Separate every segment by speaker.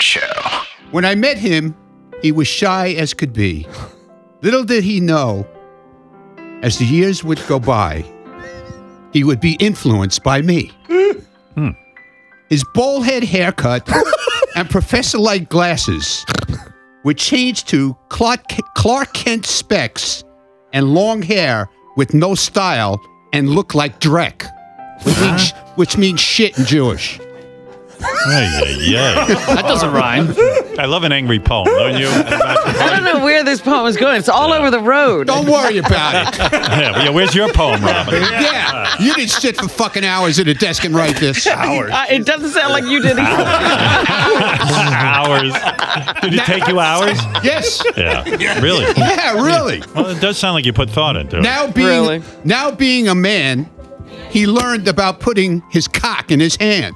Speaker 1: Show.
Speaker 2: When I met him, he was shy as could be. Little did he know, as the years would go by, he would be influenced by me. His bald head haircut and professor like glasses were changed to Clark, Clark Kent specs and long hair with no style and look like Drek, which means, which means shit in Jewish.
Speaker 3: Ay, ay,
Speaker 4: That doesn't rhyme.
Speaker 3: ay. I love an angry poem, don't you?
Speaker 5: I don't know where this poem is going. It's all over the road.
Speaker 2: Don't worry about it.
Speaker 3: yeah, well, yeah, where's your poem, Robin?
Speaker 2: Yeah, you didn't sit for fucking hours at a desk and write this.
Speaker 5: Uh, it doesn't sound like you did either.
Speaker 3: hours. Did it take you hours?
Speaker 2: Yes.
Speaker 3: Yeah, really.
Speaker 2: Yeah, really.
Speaker 3: Well, it does sound like you put thought into it.
Speaker 2: Now being
Speaker 5: Really?
Speaker 2: now being a man, he learned about putting his cock in his hand.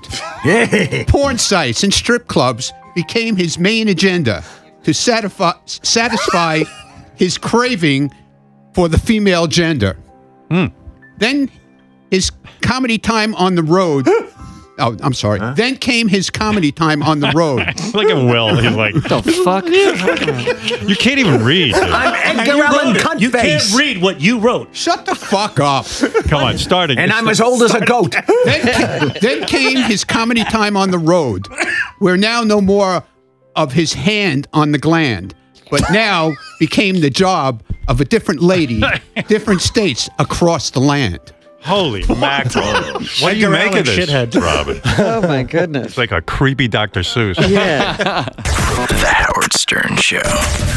Speaker 2: Porn sites and strip clubs became his main agenda to satisfy satisfy his craving for the female gender. Then his comedy time on the road. Oh, I'm sorry. Then came his comedy time on the road.
Speaker 3: Look at Will. He's like,
Speaker 4: The fuck?
Speaker 3: you can't even read. dude.
Speaker 6: I'm
Speaker 7: You
Speaker 6: Edgar Allan
Speaker 7: wrote it.
Speaker 6: Cuntface.
Speaker 7: You can't read what you wrote.
Speaker 2: Shut the fuck up.
Speaker 3: Come on, start it.
Speaker 6: And I'm as old as a goat.
Speaker 2: Then, ca- then came his comedy time on the road, where now no more of his hand on the gland, but now became the job of a different lady, different states across the land.
Speaker 3: Holy mackerel. What do you
Speaker 7: Edgar
Speaker 3: make of
Speaker 7: Allan
Speaker 3: this,
Speaker 7: shithead.
Speaker 3: Robin? It's
Speaker 5: Oh my goodness.
Speaker 3: like a creepy Dr. Seuss.
Speaker 5: Yeah.
Speaker 1: The Howard Stern Show.